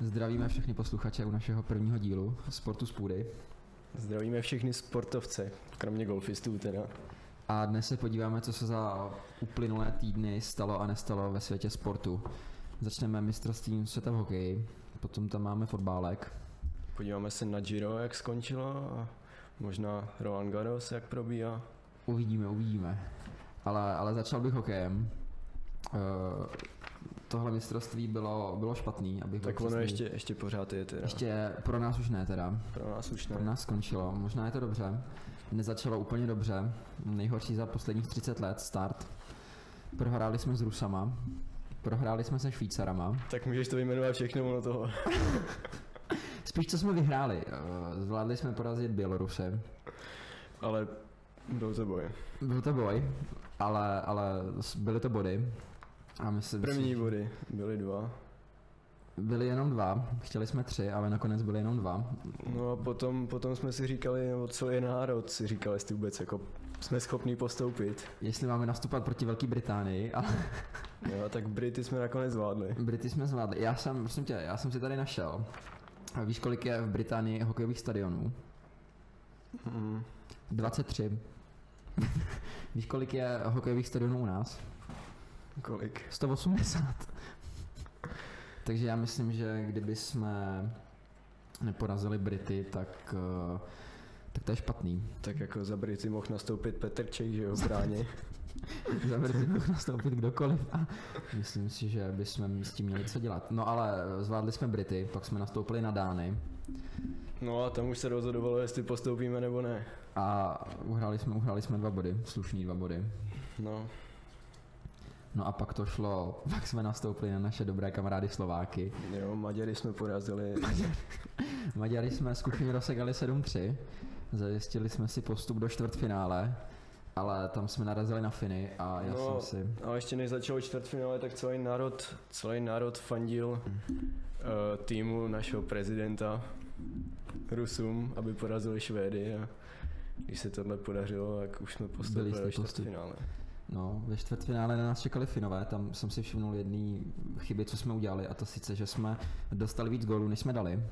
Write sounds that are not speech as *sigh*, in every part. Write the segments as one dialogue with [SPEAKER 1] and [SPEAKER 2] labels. [SPEAKER 1] Zdravíme všechny posluchače u našeho prvního dílu Sportu z půdy.
[SPEAKER 2] Zdravíme všechny sportovce, kromě golfistů teda.
[SPEAKER 1] A dnes se podíváme, co se za uplynulé týdny stalo a nestalo ve světě sportu. Začneme mistrovstvím světa v hokeji, potom tam máme fotbálek.
[SPEAKER 2] Podíváme se na Giro, jak skončilo a možná Roland Garros, jak probíhá.
[SPEAKER 1] Uvidíme, uvidíme. Ale, ale začal bych hokejem. Eh, tohle mistrovství bylo, bylo špatný, abych byl
[SPEAKER 2] Tak ono
[SPEAKER 1] přesný.
[SPEAKER 2] ještě, ještě pořád je teda.
[SPEAKER 1] ještě No. pro nás už ne teda.
[SPEAKER 2] Pro nás už
[SPEAKER 1] Pro
[SPEAKER 2] ne.
[SPEAKER 1] nás skončilo, možná je to dobře. Nezačalo úplně dobře, nejhorší za posledních 30 let start. Prohráli jsme s Rusama, prohráli jsme se Švýcarama.
[SPEAKER 2] Tak můžeš to vyjmenovat všechno ono toho.
[SPEAKER 1] Spíš co jsme vyhráli, eh, zvládli jsme porazit Běloruse.
[SPEAKER 2] Ale budou to boje.
[SPEAKER 1] Byl to boj, ale, ale s- byly to body. A myslím,
[SPEAKER 2] První
[SPEAKER 1] si,
[SPEAKER 2] body byly dva.
[SPEAKER 1] byly jenom dva, chtěli jsme tři, ale nakonec byly jenom dva.
[SPEAKER 2] No a potom, potom jsme si říkali, nebo co je národ, si říkali jestli vůbec, jako jsme schopni postoupit.
[SPEAKER 1] Jestli máme nastupovat proti Velké Británii, ale
[SPEAKER 2] No a tak Brity jsme nakonec zvládli.
[SPEAKER 1] Brity jsme zvládli. Já jsem, prosím tě, já jsem si tady našel. A Víš, kolik je v Británii hokejových stadionů? Mhm.
[SPEAKER 2] Mm.
[SPEAKER 1] 23. *laughs* Víš, kolik je hokejových stadionů u nás?
[SPEAKER 2] Kolik?
[SPEAKER 1] 180. Takže já myslím, že kdyby jsme neporazili Brity, tak, eh, tak to je špatný.
[SPEAKER 2] Tak jako za Brity mohl nastoupit Petr Čech, že jo, v bráně.
[SPEAKER 1] Za Brity mohl nastoupit kdokoliv a myslím si, že bychom s tím měli co dělat. No ale zvládli jsme Brity, pak jsme nastoupili na Dány
[SPEAKER 2] No a tam už se rozhodovalo, jestli postoupíme nebo ne.
[SPEAKER 1] a uhráli jsme, uhráli jsme dva body, slušný dva body.
[SPEAKER 2] No,
[SPEAKER 1] No a pak to šlo, *laughs* pak jsme nastoupili na naše dobré kamarády Slováky.
[SPEAKER 2] jo, Maďary jsme porazili.
[SPEAKER 1] Maďary jsme skupinu rozsekali 7-3, zajistili jsme si postup do čtvrtfinále, ale tam jsme narazili na Finy a já
[SPEAKER 2] No.
[SPEAKER 1] jsem si...
[SPEAKER 2] A ještě než začalo čtvrtfinále, tak celý národ, celý národ fandil
[SPEAKER 1] Mhm.
[SPEAKER 2] uh, týmu našeho prezidenta Rusům, aby porazili Švédy a když se tohle podařilo, tak už jsme postoupili
[SPEAKER 1] jste
[SPEAKER 2] do
[SPEAKER 1] postup-
[SPEAKER 2] čtvrtfinále.
[SPEAKER 1] No, ve čtvrtfinále na nás čekali Finové, tam jsem si všimnul jedné chyby, co jsme udělali, a to sice, že jsme dostali víc gólů, než jsme dali.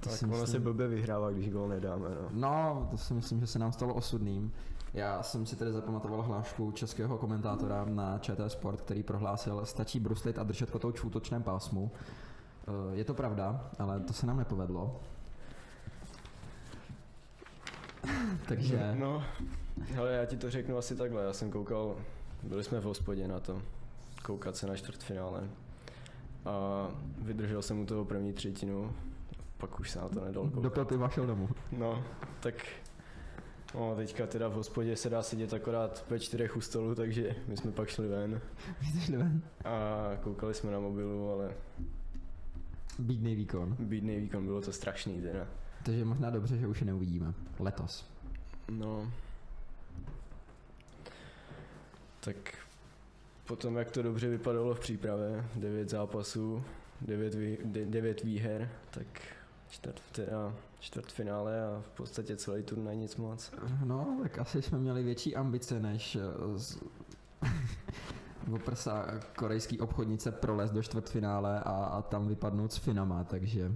[SPEAKER 1] To
[SPEAKER 2] Tak
[SPEAKER 1] si
[SPEAKER 2] ono
[SPEAKER 1] myslím-
[SPEAKER 2] se blbě vyhrává, když gol nedáme, no.
[SPEAKER 1] No, to si myslím, že se nám stalo osudným. Já jsem si tedy zapamatoval hlášku českého komentátora na ČT Sport, který prohlásil, stačí bruslit a držet kotouč v útočném pásmu. Eh, Je to pravda, ale to se nám nepovedlo. *laughs* *laughs* Takže
[SPEAKER 2] No, hele, já ti to řeknu asi takhle, já jsem koukal, byli jsme v hospodě na to, koukat se na čtvrtfinále. A vydržel jsem u toho první třetinu, pak už se na to nedal
[SPEAKER 1] do
[SPEAKER 2] koukat.
[SPEAKER 1] piva šel domů.
[SPEAKER 2] No, tak No, teďka teda v hospodě se dá sedět akorát ve čtyřech u stolu, takže my jsme pak šli ven
[SPEAKER 1] Vyšli ven.
[SPEAKER 2] a koukali jsme na mobilu, ale
[SPEAKER 1] Bídný výkon.
[SPEAKER 2] bídný výkon, bylo to strašný teda.
[SPEAKER 1] Takže možná dobře, že už je neuvidíme. Letos.
[SPEAKER 2] No. Tak potom, jak to dobře vypadalo v přípravě, 9 zápasů, 9, vý, 9 výher, tak čtvrt, teda čtvrtfinále a v podstatě celý turnaj nic moc.
[SPEAKER 1] No, tak asi jsme měli větší ambice, než eh, z... *laughs* oprsa korejský obchodnice prolez do čtvrtfinále a, a tam vypadnout s Finama, takže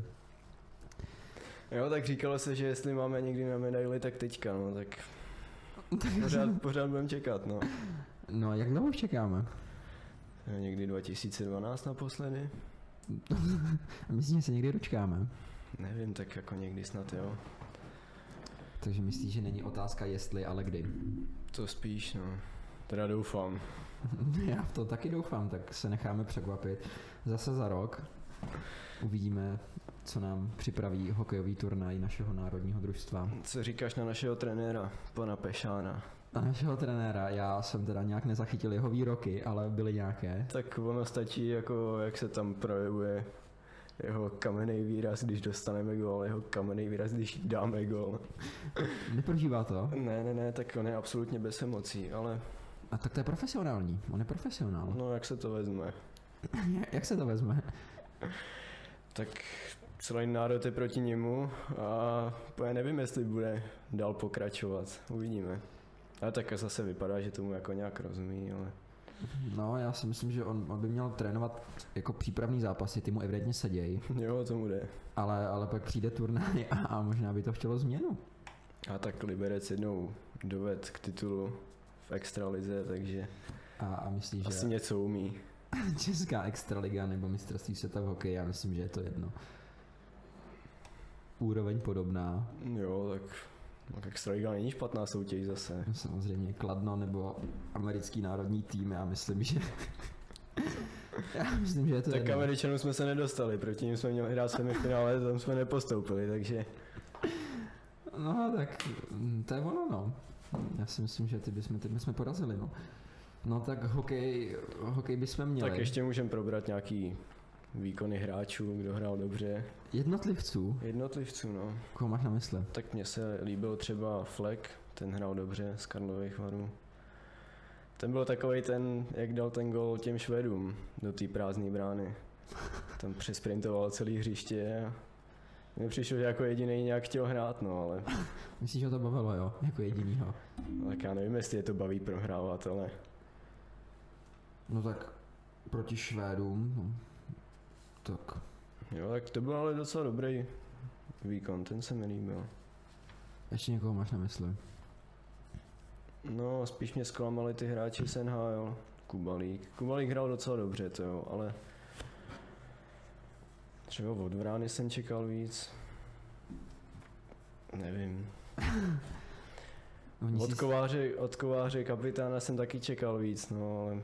[SPEAKER 2] Jo, tak říkalo se, že jestli máme někdy na medaili, tak teďka, no, tak pořád, pořád budeme čekat, no.
[SPEAKER 1] no jak dlouho už čekáme?
[SPEAKER 2] Někdy 2012 naposledy?
[SPEAKER 1] Myslím, že se někdy dočkáme.
[SPEAKER 2] Nevím, tak jako někdy snad, jo.
[SPEAKER 1] Takže myslíš, že není otázka jestli, ale kdy. *laughs*
[SPEAKER 2] To spíš, no. Teda doufám.
[SPEAKER 1] Já v to taky doufám, tak se necháme překvapit. Zase za rok uvidíme, co nám připraví hokejový turnaj našeho národního družstva.
[SPEAKER 2] Co říkáš na našeho trenéra, pana Pešána?
[SPEAKER 1] A našeho trenéra, já jsem teda nějak nezachytil jeho výroky, ale byly nějaké.
[SPEAKER 2] Tak ono stačí, jako jak se tam projevuje jeho kamenný výraz, když dostaneme gol, jeho kamenný výraz, když dáme gol.
[SPEAKER 1] Neprožívá to?
[SPEAKER 2] Ne, ne, ne, tak on je absolutně bez emocí, ale
[SPEAKER 1] A tak to je profesionální, on je profesionál. *laughs*
[SPEAKER 2] no jak se to vezme?
[SPEAKER 1] Jak se to vezme?
[SPEAKER 2] Tak celý národ je proti němu a já nevím, jestli bude dál pokračovat, uvidíme. A tak zase vypadá, že tomu jako nějak rozumí, ale *laughs*
[SPEAKER 1] No, já si myslím, že on, on by měl trénovat jako přípravný zápasy, ty mu evidentně sedějí,
[SPEAKER 2] Jo, tomu jde.
[SPEAKER 1] ale, ale pak přijde turnaj a, a možná by to chtělo změnu.
[SPEAKER 2] A tak Liberec jednou doved k titulu v extralize, takže
[SPEAKER 1] A, a myslíš, že
[SPEAKER 2] asi něco umí.
[SPEAKER 1] *laughs* Česká extraliga nebo mistrovství světa v hokeji, já myslím, že je to jedno. Úroveň podobná,
[SPEAKER 2] Jo, tak, no, tak extraliga není špatná soutěž zase.
[SPEAKER 1] samozřejmě Kladno nebo americký národní tým, já myslím, že... *laughs* já myslím, že je to
[SPEAKER 2] Tak
[SPEAKER 1] jedno.
[SPEAKER 2] Američanům jsme se nedostali, proti nim jsme měli hrát semifinále, tam jsme nepostoupili, takže
[SPEAKER 1] No tak mm, to je ono no. Já si myslím, že ty bychom, ty bychom porazili no. No tak hokej, hokej bychom měli.
[SPEAKER 2] tak ještě můžeme probrat nějaký výkony hráčů, kdo hrál dobře.
[SPEAKER 1] Jednotlivců,
[SPEAKER 2] Jednotlivců, no.
[SPEAKER 1] koho máš na mysli?
[SPEAKER 2] Tak mně se líbil třeba Fleck, ten hrál dobře z Karlových varů. Ten byl takový ten, jak dal ten gol těm Švedům do té prázdné brány. Tam přesprintoval celý hřiště a mně přišlo, že jako jediný nějak chtěl hrát, no ale
[SPEAKER 1] Myslíš, že ho to bavilo jo, jako jedinýho.
[SPEAKER 2] tak já nevím, jestli je to baví prohrávat, ale
[SPEAKER 1] No tak proti Švédům, no. tak
[SPEAKER 2] jo, tak to byl ale docela dobrý výkon, ten se mi líbil.
[SPEAKER 1] ještě někoho máš na mysli.
[SPEAKER 2] No, spíš mě zklamali ty hráči z NHL. Kubalík. Kubalík hrál docela dobře, to jo, ale třeba od Vrány jsem čekal víc. Nevím.
[SPEAKER 1] Oni
[SPEAKER 2] Od
[SPEAKER 1] si,
[SPEAKER 2] kováře, od kováře kapitána jsem taky čekal víc, no ale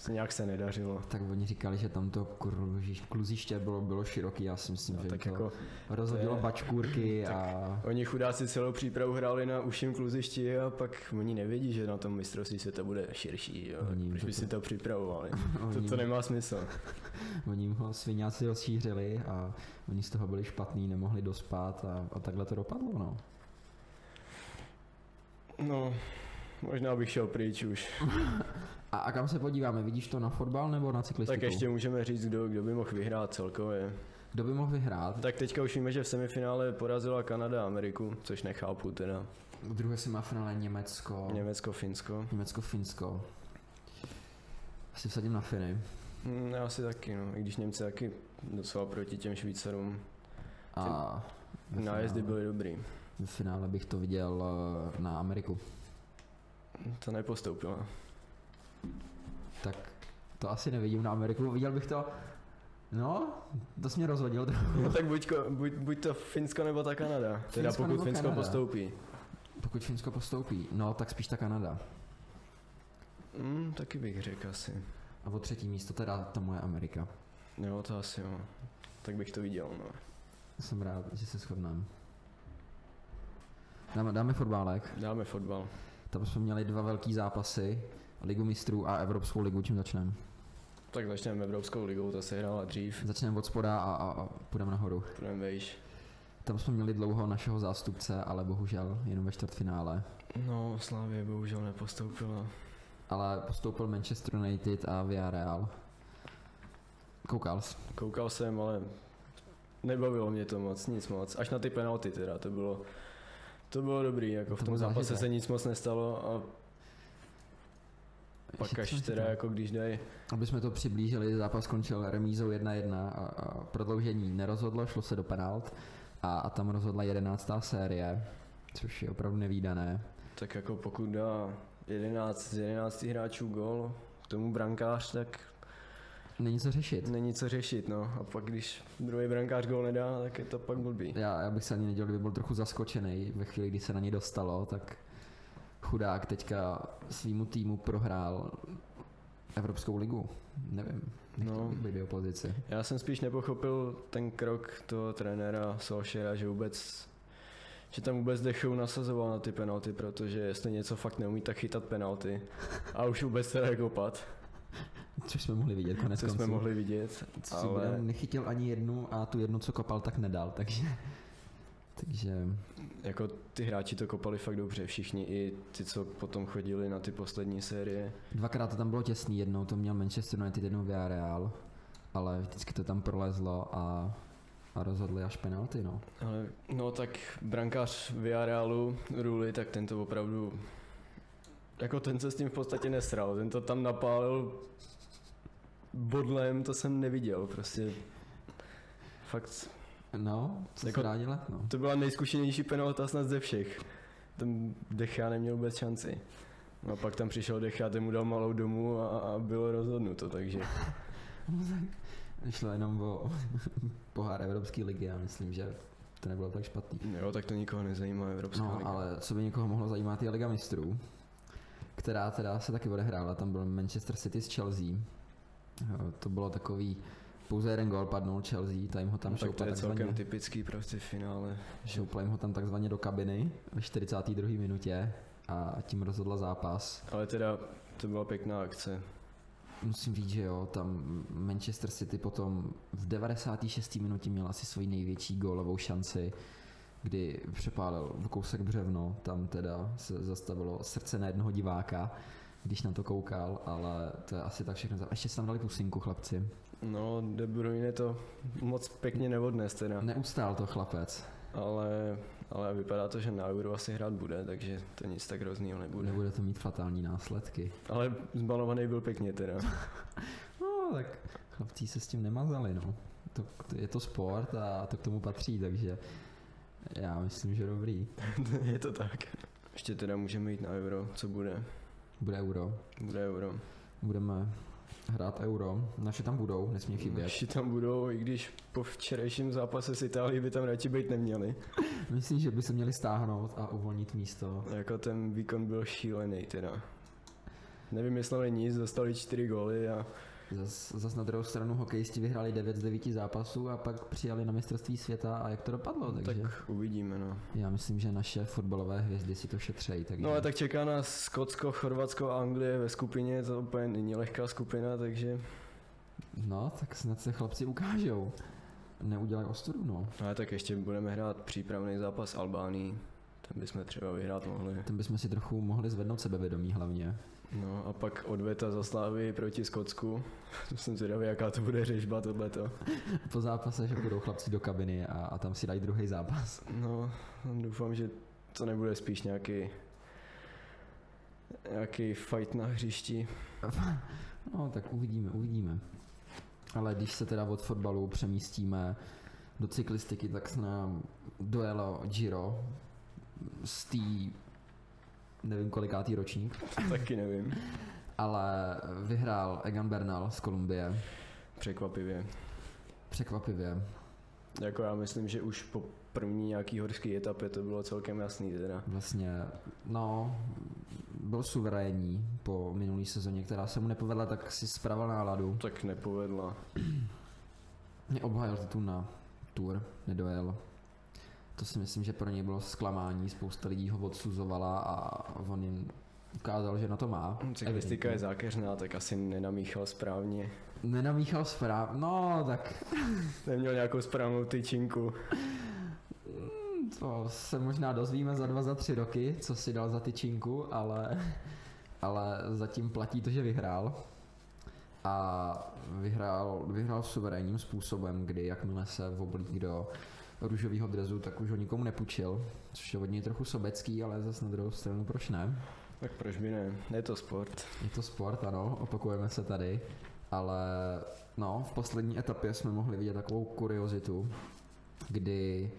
[SPEAKER 2] se nějak se nedařilo.
[SPEAKER 1] tak oni říkali, že tam to kruži, kluziště bylo, bylo široký, já si myslím,
[SPEAKER 2] No,
[SPEAKER 1] že
[SPEAKER 2] tak
[SPEAKER 1] to
[SPEAKER 2] jako
[SPEAKER 1] rozhodilo
[SPEAKER 2] to je-
[SPEAKER 1] bačkůrky
[SPEAKER 2] *laughs* tak-
[SPEAKER 1] a
[SPEAKER 2] oni chudáci celou přípravu hráli na uším kluzišti a pak oni nevědí, že na tom mistrovství světa bude širší, jo.
[SPEAKER 1] Oni
[SPEAKER 2] tak
[SPEAKER 1] jim
[SPEAKER 2] Proč
[SPEAKER 1] to-
[SPEAKER 2] by si to připravovali? To,
[SPEAKER 1] oni-
[SPEAKER 2] to nemá smysl.
[SPEAKER 1] Oni jim ho sviňáci rozšířili a oni z toho byli špatní, nemohli dospat a, a takhle to dopadlo, no.
[SPEAKER 2] No, možná bych šel pryč už.
[SPEAKER 1] A, a kam se podíváme? Vidíš to na fotbal nebo na cyklistiku?
[SPEAKER 2] Tak ještě můžeme říct, kdo, kdo by mohl vyhrát celkově.
[SPEAKER 1] Kdo by mohl vyhrát?
[SPEAKER 2] Tak teďka už víme, že v semifinále porazila Kanada Ameriku, což nechápu teda.
[SPEAKER 1] V druhé si má v finále Německo.
[SPEAKER 2] Německo, Finsko.
[SPEAKER 1] Německo, Finsko. Asi vsadím na Finy.
[SPEAKER 2] Hm, já asi taky, no. I když Němci taky docela proti těm Švýcarům.
[SPEAKER 1] A ve
[SPEAKER 2] Nájezdy
[SPEAKER 1] finále,
[SPEAKER 2] byly dobrý.
[SPEAKER 1] ve finále bych to viděl eh, na Ameriku.
[SPEAKER 2] To nepostoupila.
[SPEAKER 1] Tak to asi nevidím na Ameriku, viděl bych to... No, to jsi mě rozhodil. *laughs*
[SPEAKER 2] No tak buď, ko- buď, buď to Finsko nebo ta Kanada. Teda
[SPEAKER 1] Finsko
[SPEAKER 2] pokud
[SPEAKER 1] nebo
[SPEAKER 2] Finsko
[SPEAKER 1] Kanada.
[SPEAKER 2] postoupí.
[SPEAKER 1] Pokud Finsko postoupí, no tak spíš ta Kanada.
[SPEAKER 2] Hm, taky bych řekl asi.
[SPEAKER 1] A o třetí místo teda ta moje Amerika.
[SPEAKER 2] Jo, to asi jo. Tak bych to viděl, no.
[SPEAKER 1] Jsem rád, že se shodneme. Dáme, dáme fotbálek.
[SPEAKER 2] Dáme fotbal.
[SPEAKER 1] Tam jsme měli dva velký zápasy. Ligu mistrů a Evropskou ligu, čím začneme.
[SPEAKER 2] Tak začneme Evropskou ligou, ta se hrála dřív.
[SPEAKER 1] Začneme od spoda a, a, a půjdeme nahoru.
[SPEAKER 2] Půjdeme vejš.
[SPEAKER 1] Tam jsme měli dlouho našeho zástupce, ale bohužel jenom ve čtvrtfinále.
[SPEAKER 2] No, Slávě bohužel nepostoupila.
[SPEAKER 1] Ale postoupil Manchester United a Villarreal. Koukal jsi.
[SPEAKER 2] Koukal jsem, ale nebavilo mě to moc, nic moc. Až na ty penalty teda, to bylo, to bylo dobrý, jako
[SPEAKER 1] To
[SPEAKER 2] v tom
[SPEAKER 1] byl
[SPEAKER 2] zápase
[SPEAKER 1] zážitek.
[SPEAKER 2] se nic moc nestalo a pak
[SPEAKER 1] Ještě
[SPEAKER 2] až
[SPEAKER 1] jsem si
[SPEAKER 2] teda
[SPEAKER 1] to-
[SPEAKER 2] jako když dají,
[SPEAKER 1] Aby jsme to přiblížili, zápas skončil remízou 1-1 a, a prodloužení nerozhodlo, šlo se do penalt a, a tam rozhodla 11. série, což je opravdu nevýdané.
[SPEAKER 2] tak jako pokud dá 11 z 11 hráčů gol, k tomu brankář, tak
[SPEAKER 1] Není co řešit.
[SPEAKER 2] není co řešit, no. A pak když druhý brankář gol nedá, tak je to pak blbý.
[SPEAKER 1] Já, já bych se ani nedělal, kdyby byl trochu zaskočený ve chvíli, kdy se na něj dostalo, tak chudák teďka svýmu týmu prohrál Evropskou ligu. Nevím, nechtěl
[SPEAKER 2] No.
[SPEAKER 1] bych být v jeho pozici.
[SPEAKER 2] Já jsem spíš nepochopil ten krok toho trenéra Solšera, že vůbec že tam vůbec Dechou nasazoval na ty penalty, protože jestli něco fakt neumí, tak chytat penalty. A už vůbec se nekopat,
[SPEAKER 1] Což jsme mohli vidět konec
[SPEAKER 2] co jsme
[SPEAKER 1] konců.
[SPEAKER 2] mohli vidět.
[SPEAKER 1] Ale...
[SPEAKER 2] Ale
[SPEAKER 1] nechytil ani jednu a tu jednu, co kopal, tak nedal, takže... Takže
[SPEAKER 2] jako ty hráči to kopali fakt dobře, všichni i ty, co potom chodili na ty poslední série.
[SPEAKER 1] dvakrát to tam bylo těsný, jednou to měl Manchester United, jednou Villarreal, ale vždycky to tam prolezlo a, a rozhodli až penalty, no.
[SPEAKER 2] Ale no tak brankář Villarrealu, Ruli, tak ten to opravdu jako ten se s tím v podstatě nesral, ten to tam napálil bodlem, to jsem neviděl, prostě fakt,
[SPEAKER 1] No, co jako...
[SPEAKER 2] Jako-
[SPEAKER 1] se dá dělat, no. *laughs*
[SPEAKER 2] to byla nejzkušenější penalta snad ze všech, tam Decha neměl vůbec šanci. No a pak tam přišel Decha, ten mu dal malou domů a, a bylo rozhodnuto, takže
[SPEAKER 1] Šlo jenom o *laughs* pohár Evropské ligy, já myslím, že to nebylo tak špatný.
[SPEAKER 2] jo, tak to nikoho nezajímá Evropská
[SPEAKER 1] No,
[SPEAKER 2] liga.
[SPEAKER 1] ale co by někoho mohlo zajímat je Liga mistrů, která teda se taky odehrála, tam byl Manchester City s Chelsea. Jo, To bylo takový, pouze jeden gol padnul Chelsea, time ho tam
[SPEAKER 2] No, tak to
[SPEAKER 1] šoupla
[SPEAKER 2] je celkem
[SPEAKER 1] takzvaně,
[SPEAKER 2] typický prostě finále.
[SPEAKER 1] šoupla jim ho tam takzvaně do kabiny ve 42. minutě a tím rozhodla zápas.
[SPEAKER 2] Ale teda to byla pěkná akce.
[SPEAKER 1] Musím říct, že jo, tam Manchester City potom v 96. minutě měl asi svoji největší gólovou šanci, kdy přepálil v kousek břevno, tam teda se zastavilo srdce na jednoho diváka, když na to koukal, ale to je asi tak všechno. za- Ještě si tam dali pusinku, chlapci.
[SPEAKER 2] No, De Bruyne to moc pěkně neodnes teda,
[SPEAKER 1] Neustál to chlapec.
[SPEAKER 2] ale, ale vypadá to, že na Euro asi hrát bude, takže to nic tak hroznýho nebude.
[SPEAKER 1] Nebude to mít fatální následky.
[SPEAKER 2] Ale zbalovaný byl pěkně teda.
[SPEAKER 1] No, tak chlapci se s tím nemazali, no. To, to, je to sport a to k tomu patří, takže já myslím, že dobrý.
[SPEAKER 2] *laughs* Je to tak. Ještě teda můžeme jít na Euro, co bude?
[SPEAKER 1] Bude euro.
[SPEAKER 2] Bude Euro.
[SPEAKER 1] budeme hrát euro. Naše tam budou, nesmí chybět.
[SPEAKER 2] Ještě tam budou, i když po včerejším zápase s Itálií by tam radši být neměli.
[SPEAKER 1] Myslím, že by se měli stáhnout a uvolnit místo.
[SPEAKER 2] Jako ten výkon byl šílený teda. Nevymysleli nic, dostali čtyři góly a
[SPEAKER 1] Zas, zas na druhou stranu hokejisti vyhráli 9 z 9 zápasů a pak přijali na mistrovství světa a jak to dopadlo, takže tak.
[SPEAKER 2] No, tak uvidíme no.
[SPEAKER 1] já myslím, že naše fotbalové hvězdy si to šetřejí, takže
[SPEAKER 2] No a tak čeká nás Skotsko, Chorvatsko a Anglie ve skupině, to úplně není lehká skupina, takže...
[SPEAKER 1] no, tak snad se chlapci ukážou. Neudělají ostudu, no.
[SPEAKER 2] Ale tak ještě budeme hrát přípravný zápas Albánii, ten bychom třeba vyhrát mohli.
[SPEAKER 1] Ten bychom si trochu mohli zvednout sebevědomí hlavně.
[SPEAKER 2] No a pak odveta za Slávy proti Skotsku, to jsem zvědavý, jaká to bude řežba tohleto.
[SPEAKER 1] Po zápase, že budou chlapci do kabiny a, a tam si dají druhý zápas.
[SPEAKER 2] No, doufám, že to nebude spíš nějaký nějaký fight na hřišti.
[SPEAKER 1] No, tak uvidíme, uvidíme. Ale když se teda od fotbalu přemístíme do cyklistiky, tak se nám dojelo Giro z tý, nevím kolikátý ročník,
[SPEAKER 2] Taky nevím.
[SPEAKER 1] ale vyhrál Egan Bernal z Kolumbie,
[SPEAKER 2] Překvapivě.
[SPEAKER 1] překvapivě.
[SPEAKER 2] Jako já myslím, že už po první nějaký horský etapě to bylo celkem jasný teda.
[SPEAKER 1] Vlastně, no, byl suverénní po minulý sezóně, která se mu nepovedla, tak si spravil náladu.
[SPEAKER 2] Tak nepovedla.
[SPEAKER 1] Mě obhájil titul na tour, nedojel. To si myslím, že pro něj bylo zklamání, spousta lidí ho odsuzovala a on jim ukázal, že na to má.
[SPEAKER 2] Cyklistika je
[SPEAKER 1] Evidentně.
[SPEAKER 2] zákeřná, tak asi nenamíchal správně.
[SPEAKER 1] Nenamíchal správ, no tak
[SPEAKER 2] Neměl nějakou správnou tyčinku.
[SPEAKER 1] to se možná dozvíme za dva, za tři roky, co si dal za tyčinku, ale, ale zatím platí to, že vyhrál. A vyhrál, vyhrál suverénním způsobem, kdy jakmile se oblík do růžového drezu, tak už ho nikomu nepůjčil, což je od něj trochu sobecký, ale zase na druhou stranu proč ne?
[SPEAKER 2] Tak proč by ne? Je to sport.
[SPEAKER 1] Je to sport, ano, opakujeme se tady, ale no, v poslední etapě jsme mohli vidět takovou kuriozitu, kdy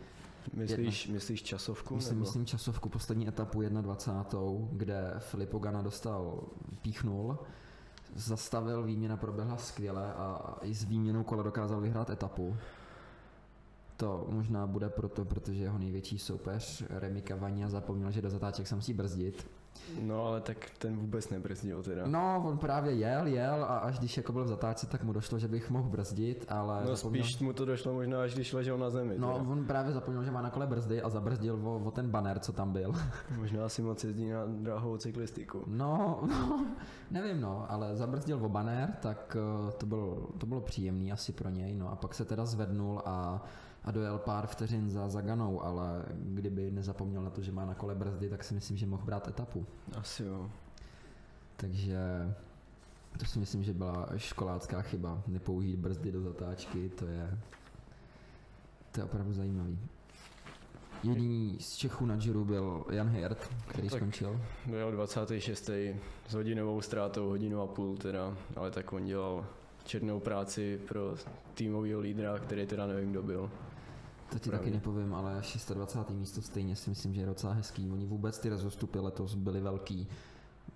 [SPEAKER 2] Myslíš, myslíš časovku?
[SPEAKER 1] Myslím,
[SPEAKER 2] Jako nebo?
[SPEAKER 1] myslím časovku, poslední etapu 21. kde Filippo Ganna dostal, píchnul, zastavil, výměna proběhla skvěle a i s výměnou kola dokázal vyhrát etapu. To možná bude proto, protože jeho největší soupeř Remy Cavagna zapomněl, že do zatáček se musí brzdit.
[SPEAKER 2] No ale tak ten vůbec nebrzdil teda.
[SPEAKER 1] No, on právě jel, jel a až když jako byl v zatáčce, tak mu došlo, že bych mohl brzdit, ale
[SPEAKER 2] No
[SPEAKER 1] zapomněl...
[SPEAKER 2] spíš mu to došlo možná, až když ležel na zemi.
[SPEAKER 1] No,
[SPEAKER 2] teda.
[SPEAKER 1] on právě zapomněl, že má na kole brzdy a zabrzdil o, o ten banner, co tam byl.
[SPEAKER 2] Možná si moc jezdí na dráhovou cyklistiku.
[SPEAKER 1] No, *laughs* no, nevím no, ale zabrzdil o banér, tak eh, to bylo, to bylo příjemný asi pro něj, no a pak se teda zvednul a, a dojel pár vteřin za Zaganou, ale kdyby nezapomněl na to, že má na kole brzdy, tak si myslím, že mohl brát etapu.
[SPEAKER 2] Asi jo.
[SPEAKER 1] Takže to si myslím, že byla školácká chyba, nepoužít brzdy do zatáčky, to je, to je opravdu zajímavý. Jediný z Čechů na Giro byl Jan Hirt, který
[SPEAKER 2] Tak.
[SPEAKER 1] skončil.
[SPEAKER 2] Byl 26. s hodinovou ztrátou, hodinu a půl teda, ale tak on dělal černou práci pro týmového lídra, který teda nevím, kdo byl.
[SPEAKER 1] To ti
[SPEAKER 2] Pravdě.
[SPEAKER 1] taky nepovím, ale 26. místo stejně si myslím, že je docela hezký. Oni vůbec ty rozostupy letos byly velký.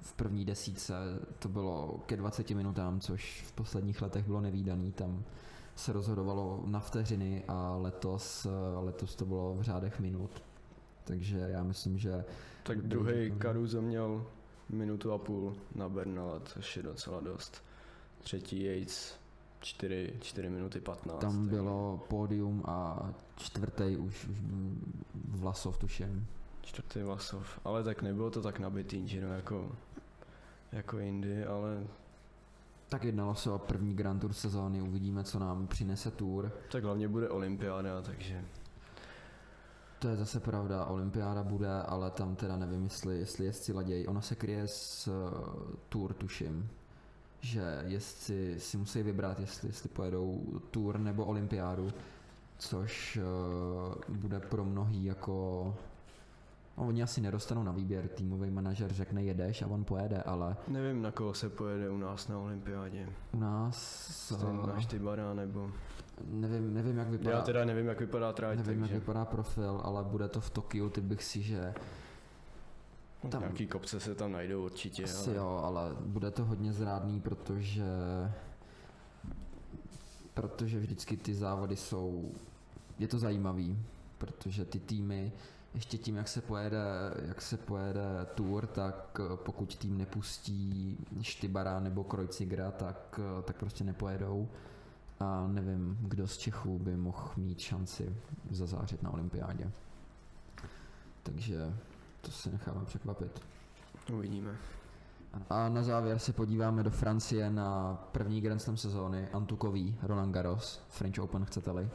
[SPEAKER 1] V první desíce to bylo ke 20 minutám, což v posledních letech bylo nevýdaný. Tam se rozhodovalo na vteřiny a letos, eh, letos to bylo v řádech minut. Takže já myslím, že
[SPEAKER 2] Tak
[SPEAKER 1] Dobrý,
[SPEAKER 2] druhý
[SPEAKER 1] děkuji.
[SPEAKER 2] Caruso měl minutu a půl na Bernala, což je docela dost. Třetí Yates 4, 4 minuty 15.
[SPEAKER 1] tam
[SPEAKER 2] tak-
[SPEAKER 1] bylo pódium a čtvrtý už, už mm, Vlasov tuším.
[SPEAKER 2] Čtvrtý Vlasov, ale tak nebylo to tak nabitý, že no, jako, jako jindy, ale
[SPEAKER 1] Tak jednalo se o první Grand Tour sezóny, uvidíme, co nám přinese Tour.
[SPEAKER 2] tak hlavně bude olympiáda, takže
[SPEAKER 1] To je zase pravda, olympiáda bude, ale tam teda nevím, jestli, jestli jezdci ladějí. Ona se kryje s uh, tour, tuším, že jezdci si musí vybrat, jestli, jestli pojedou tour nebo olympiádu, což uh, bude pro mnohý jako... No, oni asi nedostanou na výběr, týmový manažer řekne jedeš a on pojede, ale
[SPEAKER 2] nevím, na koho se pojede u nás na olympiádě.
[SPEAKER 1] u nás...
[SPEAKER 2] Ten
[SPEAKER 1] eh,
[SPEAKER 2] náš Tybara nebo...
[SPEAKER 1] nevím, nevím, jak vypadá...
[SPEAKER 2] no. Já teda nevím, jak vypadá tráť,
[SPEAKER 1] Nevím,
[SPEAKER 2] takže...
[SPEAKER 1] jak vypadá profil, ale bude to v Tokiu, ty bych si, že
[SPEAKER 2] Tam.
[SPEAKER 1] Tam-
[SPEAKER 2] Nějaký kopce se tam najdou určitě,
[SPEAKER 1] Asi
[SPEAKER 2] ale...
[SPEAKER 1] jo, ale bude to hodně zrádný, protože protože vždycky ty závody jsou, je to zajímavý, protože ty týmy, ještě tím, jak se pojede, jak se pojede tour, tak eh, pokud tým nepustí Štybara nebo Krojcigra, tak, eh, tak prostě nepojedou. A nevím, kdo z Čechů by mohl mít šanci zazářit na olympiádě. Takže to se necháme překvapit.
[SPEAKER 2] Uvidíme.
[SPEAKER 1] A na závěr se podíváme do Francie na první Grand Slam sezóny, Antukový, Roland Garros, French Open chcete-li,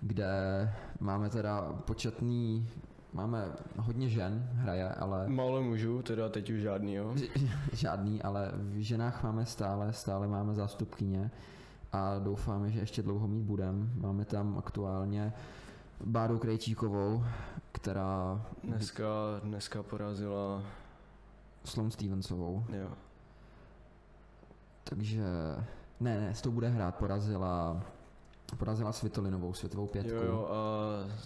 [SPEAKER 1] kde máme teda početný, máme hodně žen, hraje, ale
[SPEAKER 2] Málo mužů, teda teď už žádnýho.
[SPEAKER 1] žádný, ale v ženách máme stále, stále máme zástupkyně a doufáme, že ještě dlouho mít budem. Máme tam aktuálně Báru Krejčíkovou, která
[SPEAKER 2] Dneska, dneska porazila,
[SPEAKER 1] Sloan Stevensovou,
[SPEAKER 2] jo,
[SPEAKER 1] Takže ne, ne, s tou bude hrát, porazila porazila Svitolinovou, světovou pětku.
[SPEAKER 2] jo, jo, a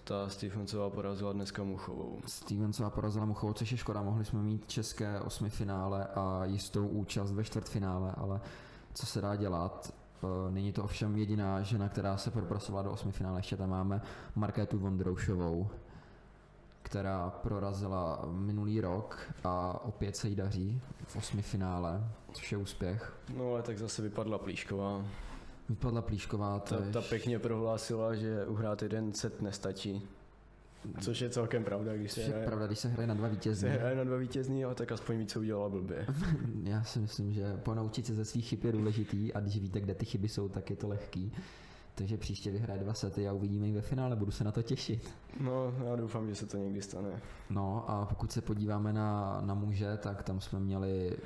[SPEAKER 2] ta Stephensová porazila dneska Muchovou.
[SPEAKER 1] Stevensová porazila Muchovou, což je škoda, mohli jsme mít české osmi finále a jistou účast ve čtvrtfinále, ale co se dá dělat. Eh, Není to ovšem jediná žena, která se proprasovala do osmi finále, ještě tam máme Markétu Vondroušovou, která prorazila minulý rok a opět se jí daří v osmi finále, což je úspěch.
[SPEAKER 2] No ale tak zase vypadla Plíšková.
[SPEAKER 1] Vypadla Plíšková, to
[SPEAKER 2] Ta,
[SPEAKER 1] je
[SPEAKER 2] ta pěkně prohlásila, že uhrát jeden set nestačí. Což je celkem pravda, když se
[SPEAKER 1] Což je
[SPEAKER 2] hraje,
[SPEAKER 1] pravda, když se hraje na dva
[SPEAKER 2] se
[SPEAKER 1] vítězny.
[SPEAKER 2] hraje na dva vítězný, ale tak aspoň ví, co udělala blbě.
[SPEAKER 1] *laughs* Já si myslím, že ponaučit se ze svých chyb je důležitý a když víte, kde ty chyby jsou, tak je to lehký. Takže příště vyhraje dva sety a uvidíme ji ve finále, budu se na to těšit.
[SPEAKER 2] No, já doufám, že se to někdy stane.
[SPEAKER 1] No a pokud se podíváme na, na muže, tak tam jsme měli,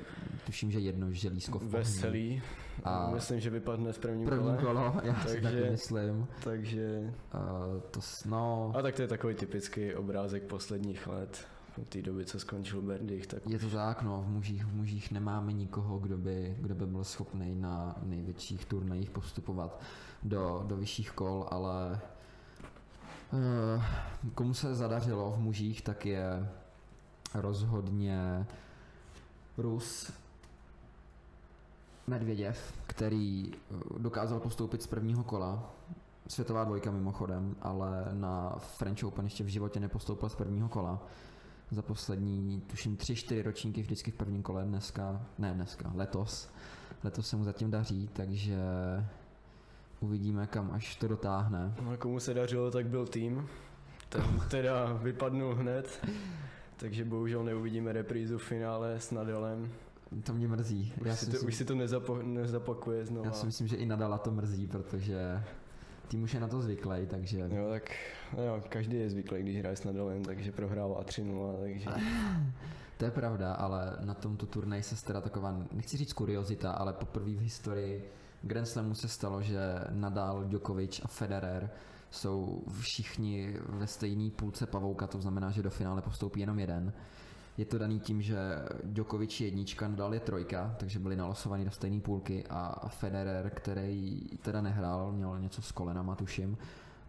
[SPEAKER 1] tuším, že jedno želízko v ohni.
[SPEAKER 2] Veselý.
[SPEAKER 1] A-
[SPEAKER 2] A myslím, že vypadne v prvním
[SPEAKER 1] První
[SPEAKER 2] kole.
[SPEAKER 1] kolo, já Takže... si
[SPEAKER 2] Takže-
[SPEAKER 1] taky myslím.
[SPEAKER 2] Takže
[SPEAKER 1] Uh, to s- no,
[SPEAKER 2] A tak to je takový typický obrázek posledních let. Od té doby, co skončil Berdych, tak
[SPEAKER 1] je to tak, no, v mužích, v mužích nemáme nikoho, kdo by, kdo by byl schopný na největších turnajích postupovat do, do vyšších kol, ale eh, komu se zadařilo v mužích, tak je rozhodně Rus Medvěděv, který eh, dokázal postoupit z prvního kola, světová dvojka mimochodem, ale na French Open ještě v životě nepostoupil z prvního kola. Za poslední, tuším, tři, čtyři ročníky vždycky v prvním kole dneska, ne dneska, letos. Letos se mu zatím daří, takže uvidíme, kam až to dotáhne.
[SPEAKER 2] no, komu se dařilo, tak byl tým. Ten teda vypadnul hned, takže bohužel neuvidíme reprízu v finále s Nadelem.
[SPEAKER 1] To mě mrzí.
[SPEAKER 2] Už, si, to, už si to nezapo, nezapakuje znovu.
[SPEAKER 1] já si myslím, že i Nadala to mrzí, protože tým už je na to zvyklý, takže
[SPEAKER 2] Jo, tak jo, každý je zvyklý, když hraje s Nadelem, takže prohrává 3-0, takže
[SPEAKER 1] To je pravda, ale na tomto turnaji se teda taková, nechci říct kuriozita, ale poprvé v historii Grand Slamu se stalo, že Nadal, Djokovic a Federer jsou všichni ve stejné půlce pavouka, to znamená, že do finále postoupí jenom jeden. Je to daný tím, že Djokovic je jednička, Nadal je trojka, takže byli nalosovaní do stejné půlky a Federer, který teda nehrál, měl něco s kolenama, tuším,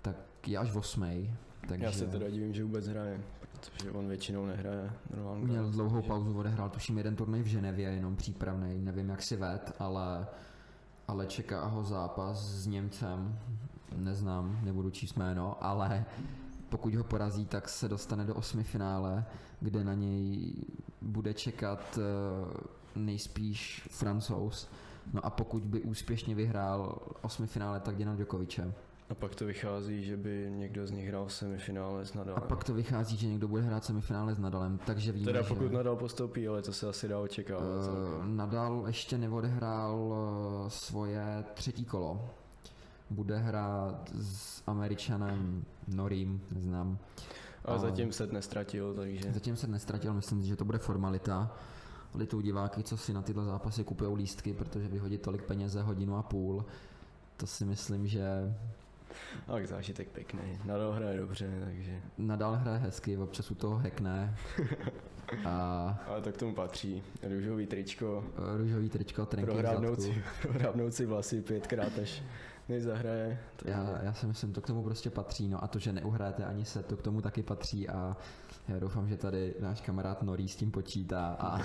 [SPEAKER 1] tak je až v osmej. Takže
[SPEAKER 2] Já se teda divím, že vůbec hraje, protože on většinou nehraje. Roland Garros,
[SPEAKER 1] měl dlouhou
[SPEAKER 2] takže-
[SPEAKER 1] pauzu, odehrál tuším jeden turnaj v Ženevě, jenom přípravný, nevím jak si ved, ale, ale čeká ho zápas s Němcem, neznám, nebudu číst jméno, ale pokud ho porazí, tak se dostane do osmi finále, kde na něj bude čekat eh, nejspíš francouz. No a pokud by úspěšně vyhrál osmi finále, tak jde na Djokoviče.
[SPEAKER 2] A pak to vychází, že by někdo z nich hrál v semifinále s
[SPEAKER 1] A
[SPEAKER 2] Nadalem.
[SPEAKER 1] pak to vychází, že někdo bude hrát semifinále s Nadalem, takže víme,
[SPEAKER 2] no. Teda
[SPEAKER 1] že...
[SPEAKER 2] pokud Nadal postoupí, ale to se asi dá očekávat.
[SPEAKER 1] Eh,
[SPEAKER 2] celkem.
[SPEAKER 1] Nadal ještě neodehrál eh, svoje třetí kolo. Bude hrát s Američanem Norím, neznám.
[SPEAKER 2] Ale
[SPEAKER 1] ale-
[SPEAKER 2] zatím set nestratil, takže
[SPEAKER 1] Zatím se nestratil, myslím si, že to bude formalita. Litou diváky, co si na tyto zápasy kupují lístky, protože vyhodit tolik peněz za hodinu a půl, to si myslím, že No,
[SPEAKER 2] tak zážitek pěkný. Nadal hraje dobře, takže.
[SPEAKER 1] Nadal hraje hezky, občas u toho hekne. A
[SPEAKER 2] Ale tak tomu patří. Růžový tričko,
[SPEAKER 1] eh, růžový tričko, trenky v
[SPEAKER 2] prohrábnout
[SPEAKER 1] zadku.
[SPEAKER 2] si, *laughs* prohrábnout si vlasy pětkrát, až než zahraje. To je-
[SPEAKER 1] Já, já si myslím, to k tomu prostě patří, no a to, že neuhrajete ani se, to k tomu taky patří a já doufám, že tady náš kamarád Norý s tím počítá
[SPEAKER 2] *laughs*
[SPEAKER 1] a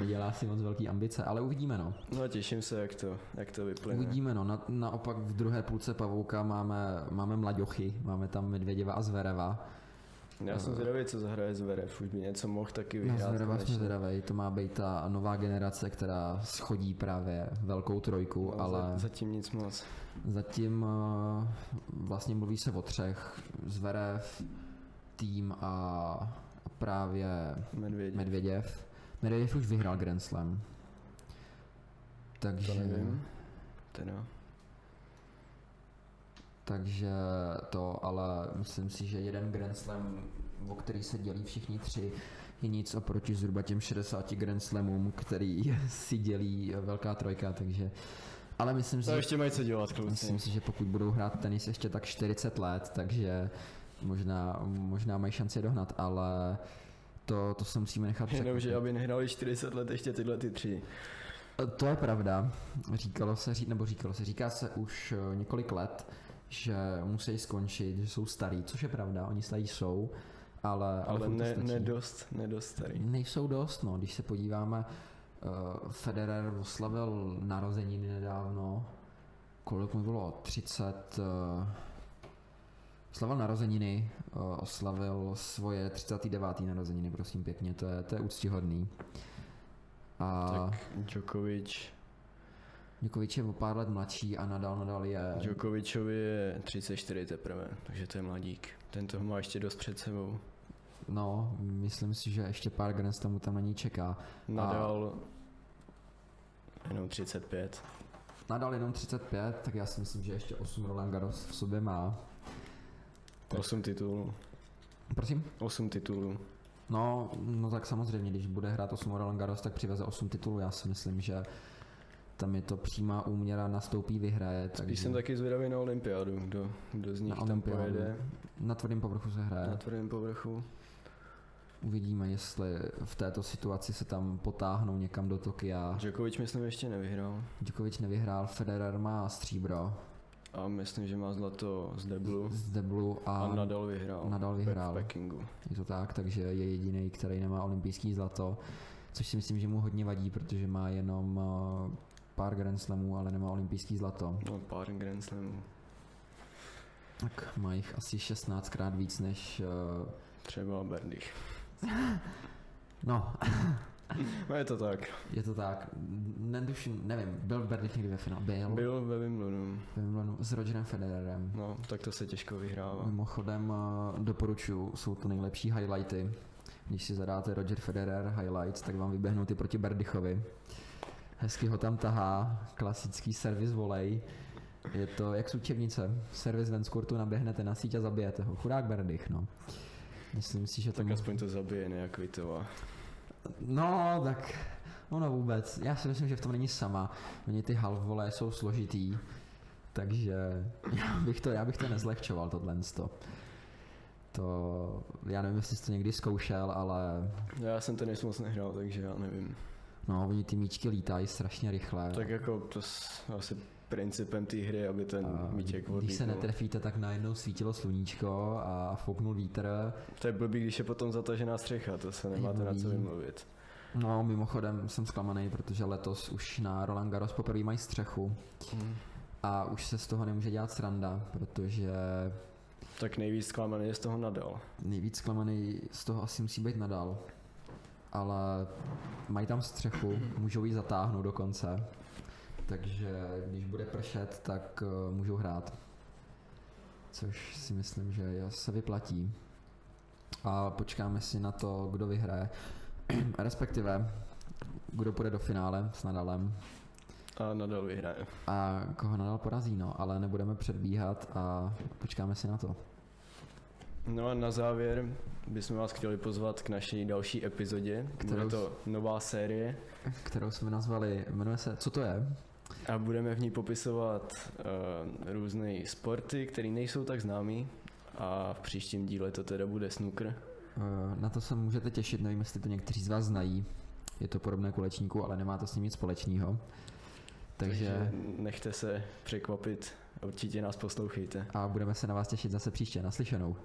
[SPEAKER 1] nedělá si moc velký ambice, ale uvidíme no.
[SPEAKER 2] No a těším se, jak to, jak to vyplyne.
[SPEAKER 1] Uvidíme no, Na, naopak v druhé půlce Pavouka máme, máme Mlaďochy, máme tam Medvěděva a Zvereva.
[SPEAKER 2] Já jsem zvědavý, co zahraje Zverev, už by něco mohl taky
[SPEAKER 1] Na
[SPEAKER 2] vyhrát.
[SPEAKER 1] Zvereva jsme
[SPEAKER 2] konečně.
[SPEAKER 1] zvědavej, to má být ta nová generace, která schodí právě velkou trojku,
[SPEAKER 2] No,
[SPEAKER 1] ale...
[SPEAKER 2] za- Zatím nic moc.
[SPEAKER 1] Zatím eh, vlastně mluví se o třech. Zverev, tým a a právě
[SPEAKER 2] Medvědě.
[SPEAKER 1] Medvěděv. Medvěděv už vyhrál Grand Slam.
[SPEAKER 2] To
[SPEAKER 1] Takže,
[SPEAKER 2] nevím. no. Teda.
[SPEAKER 1] takže to, ale myslím si, že jeden Grand Slam, o který se dělí všichni tři, je nic oproti zhruba těm 60 Grand Slamům, který *laughs* si dělí velká trojka, takže... Ale myslím si,
[SPEAKER 2] To
[SPEAKER 1] že
[SPEAKER 2] ještě mají co dělat, kluci.
[SPEAKER 1] Myslím si, že pokud budou hrát tenis ještě tak 40 let, takže možná, možná mají šanci je dohnat, ale to, to se musíme nechat
[SPEAKER 2] Jenom, že
[SPEAKER 1] překvapit.
[SPEAKER 2] aby nehrali 40 let ještě tyhle ty tři.
[SPEAKER 1] To je pravda. Říkalo se, ří- nebo říkalo se, říká se už eh, několik let, že musí skončit, že jsou starý, což je pravda, oni starí jsou, ale, ale,
[SPEAKER 2] Ale
[SPEAKER 1] furt to
[SPEAKER 2] ne,
[SPEAKER 1] stačí.
[SPEAKER 2] nedost, nedost starý.
[SPEAKER 1] Nejsou dost, no. Když se podíváme, eh, Federer oslavil narozeniny nedávno. Kolik mu bylo? 30... eh, Oslavil narozeniny, eh, oslavil svoje 39. narozeniny, prosím pěkně, to je, to je úctihodný. A
[SPEAKER 2] Tak Djokovic,
[SPEAKER 1] Djokovic je o pár let mladší a nadal, nadal je...
[SPEAKER 2] Djokovičovi je 34 teprve, takže to je mladík. Ten toho má ještě dost před sebou.
[SPEAKER 1] No, myslím si, že ještě pár Grand Slamů tam na něj čeká.
[SPEAKER 2] Nadal jenom 35.
[SPEAKER 1] Nadal jenom 35, tak já si myslím, že ještě 8 Roland Garros v sobě má. Tak.
[SPEAKER 2] 8 titulů.
[SPEAKER 1] Prosím?
[SPEAKER 2] 8 titulů.
[SPEAKER 1] No, no tak samozřejmě, když bude hrát 8 Roland Garros, tak přiveze 8 titulů. Já si myslím, že tam je to přímá úměra, nastoupí, vyhraje.
[SPEAKER 2] Spíš
[SPEAKER 1] Takže
[SPEAKER 2] jsem taky zvědavý na olympiádu, kdo, kdo z nich
[SPEAKER 1] Na
[SPEAKER 2] tam
[SPEAKER 1] olympiádu.
[SPEAKER 2] pojede
[SPEAKER 1] Na tvrdém povrchu se hraje.
[SPEAKER 2] na tvrdém povrchu.
[SPEAKER 1] Uvidíme, jestli v této situaci se tam potáhnou někam do Tokia.
[SPEAKER 2] Djokovic myslím ještě nevyhrál.
[SPEAKER 1] Djokovic nevyhrál, Federer má stříbro
[SPEAKER 2] A myslím, že má zlato z deblu.
[SPEAKER 1] z deblu a,
[SPEAKER 2] A Nadal vyhrál.
[SPEAKER 1] Nadal vyhrál.
[SPEAKER 2] V Pekingu.
[SPEAKER 1] Je to tak, takže je jediný, který nemá olympijský zlato, což si myslím, že mu hodně vadí, protože má jenom eh, pár Grand Slamů, ale nemá olympijský zlato.
[SPEAKER 2] No, pár Grand Slamů.
[SPEAKER 1] Tak má jich asi 16 krát víc než... eh,
[SPEAKER 2] Třeba Berdych.
[SPEAKER 1] No,
[SPEAKER 2] No je to tak.
[SPEAKER 1] je to tak. Neduším, nevím, byl Berdych někdy ve finále? Byl. byl.
[SPEAKER 2] Byl ve Wimbledonu.
[SPEAKER 1] Ve Wimbledonu s Rogerem Federerem.
[SPEAKER 2] No, tak to se těžko vyhrává.
[SPEAKER 1] Mimochodem eh, doporučuju, jsou to nejlepší highlighty. Když si zadáte Roger Federer highlights, tak vám vyběhnou ty proti Berdychovi. Hezky ho tam tahá, klasický servis volej. Je to jak z učebnice, servis ven z kurtu, naběhnete na síť a zabijete ho. Chudák Berdych, no. Myslím si, že to
[SPEAKER 2] Tak aspoň to zabije nějak Vitová.
[SPEAKER 1] No, tak ono vůbec. Já si myslím, že v tom není sama. Oni ty halvole jsou složitý. Takže já bych to, já bych to nezlehčoval, tohle to. To, já nevím, jestli jsi to někdy zkoušel, ale
[SPEAKER 2] Já jsem tenis moc nehrál, takže já nevím.
[SPEAKER 1] no, oni ty míčky lítají strašně rychle.
[SPEAKER 2] Tak jako to s, asi principem té hry, aby ten
[SPEAKER 1] A
[SPEAKER 2] míček
[SPEAKER 1] Když se
[SPEAKER 2] odlítnul.
[SPEAKER 1] netrefíte, tak najednou svítilo sluníčko a fouknul vítr.
[SPEAKER 2] To je blbý, když je potom zatažená střecha, to se nemáte na co
[SPEAKER 1] blbý.
[SPEAKER 2] vymluvit.
[SPEAKER 1] No, mimochodem jsem zklamaný, protože letos už na Roland Garros poprvé mají střechu
[SPEAKER 2] Mm.
[SPEAKER 1] a už se z toho nemůže dělat sranda, protože
[SPEAKER 2] Tak nejvíc zklamaný je z toho nadal.
[SPEAKER 1] nejvíc zklamaný z toho asi musí být nadal. Ale mají tam střechu, můžou ji zatáhnout dokonce. Takže když bude pršet, tak eh, můžou hrát. Což si myslím, že je- se vyplatí. A počkáme si na to, kdo vyhraje. *clears throat* Respektive, kdo půjde do finále s Nadalem
[SPEAKER 2] A nadal vyhraje.
[SPEAKER 1] a koho Nadal porazí, no, ale nebudeme předbíhat a počkáme si na to.
[SPEAKER 2] No a na závěr bychom vás chtěli pozvat k naší další epizodě,
[SPEAKER 1] Kterou
[SPEAKER 2] kterou
[SPEAKER 1] s-
[SPEAKER 2] je to nová série
[SPEAKER 1] Kterou jsme nazvali, jmenuje se, co to je?
[SPEAKER 2] a budeme v ní popisovat uh, různé sporty, které nejsou tak známý a v příštím díle to teda bude snooker.
[SPEAKER 1] Eh, Na to se můžete těšit, nevím, jestli to někteří z vás znají. Je to podobné kulečníku, ale nemá to s ním nic společného. Takže
[SPEAKER 2] nechte se překvapit, určitě nás poslouchejte.
[SPEAKER 1] a budeme se na vás těšit zase příště, naslyšenou.